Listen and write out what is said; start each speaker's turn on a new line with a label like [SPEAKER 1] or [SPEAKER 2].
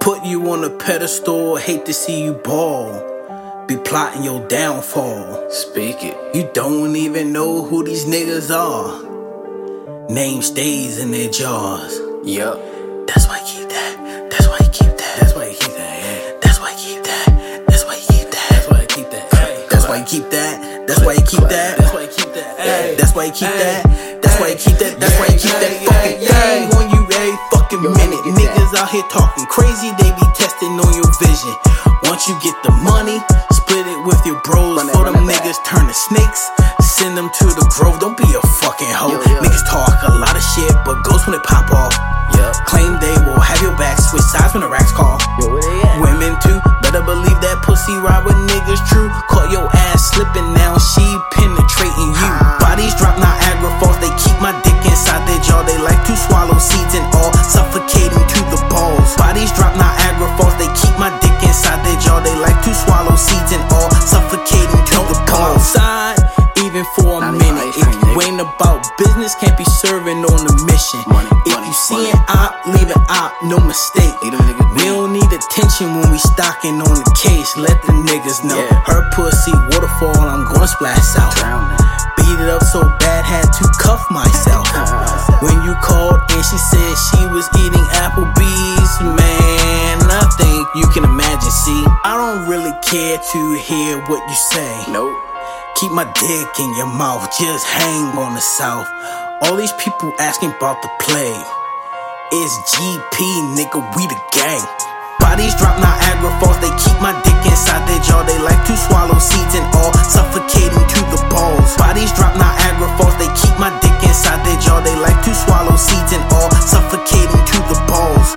[SPEAKER 1] Put you on a pedestal, hate to see you ball. Be plotting your downfall.
[SPEAKER 2] Speak it.
[SPEAKER 1] You don't even know who these niggas are. Name stays in their jaws.
[SPEAKER 2] Yup.
[SPEAKER 1] That's why I keep that. That's why I keep that. That's why I keep that. That's why I keep that. That's why I keep that. That's why I keep that. That's why you keep that. That's why you keep that. That's why you keep that. That's why you keep that. That's why you keep that. That's why you keep that fucking thing on you every fucking
[SPEAKER 2] Yo,
[SPEAKER 1] minute.
[SPEAKER 2] get that.
[SPEAKER 1] Niggas out here talking crazy. They be testing on your vision. Once you get the money, split it with your bros.
[SPEAKER 2] Run that,
[SPEAKER 1] For
[SPEAKER 2] run
[SPEAKER 1] them
[SPEAKER 2] that back.
[SPEAKER 1] niggas, turn to snakes. Send them to the grove. Don't be a fucking hoe.
[SPEAKER 2] Yo, yo.
[SPEAKER 1] Niggas talk a lot of shit, but ghosts when it pop off.
[SPEAKER 2] Yup.
[SPEAKER 1] Claim they will have your back, switch sides when the racks call.
[SPEAKER 2] Yo, where they at?
[SPEAKER 1] Women too, better believe that pussy ride with niggas true. Caught your ass slipping now, she penetrating you. Bodies drop Niagara Falls, they keep my dick inside their jaw. They like to swallow seeds and all, suffocating to the balls. Bodies drop Niagara Falls, they keep my dick inside their jaw. They like to swallow seeds and all, suffocating to the balls. Outside, even for a
[SPEAKER 2] Not even
[SPEAKER 1] minute,
[SPEAKER 2] ice
[SPEAKER 1] if
[SPEAKER 2] cream,
[SPEAKER 1] you
[SPEAKER 2] nigga.
[SPEAKER 1] ain't about business, can't be serving on a mission.
[SPEAKER 2] Money,
[SPEAKER 1] if
[SPEAKER 2] money,
[SPEAKER 1] you see
[SPEAKER 2] money.
[SPEAKER 1] an op, leave an op, no mistake.
[SPEAKER 2] Leave them niggas
[SPEAKER 1] we
[SPEAKER 2] be.
[SPEAKER 1] don't need attention when we stocking on the case. Let the niggas know.
[SPEAKER 2] Yeah.
[SPEAKER 1] Her pussy waterfall, I'm gonna splash out.
[SPEAKER 2] Drowning.
[SPEAKER 1] Beat it up so bad, had to cuff myself. When you called and she said she was eating Applebee's, man, I think you can imagine. See, I don't really care to hear what you say.
[SPEAKER 2] Nope.
[SPEAKER 1] Keep my dick in your mouth, just hang on the south. All these people asking about the play. It's GP, nigga, we the gang. Bodies drop Niagara Falls, they keep my dick inside their jaw. They like to swallow seeds and all, suffocating to the balls. Bodies drop Niagara Falls, they keep my dick inside their jaw. They like to swallow seeds and all, suffocating to the balls.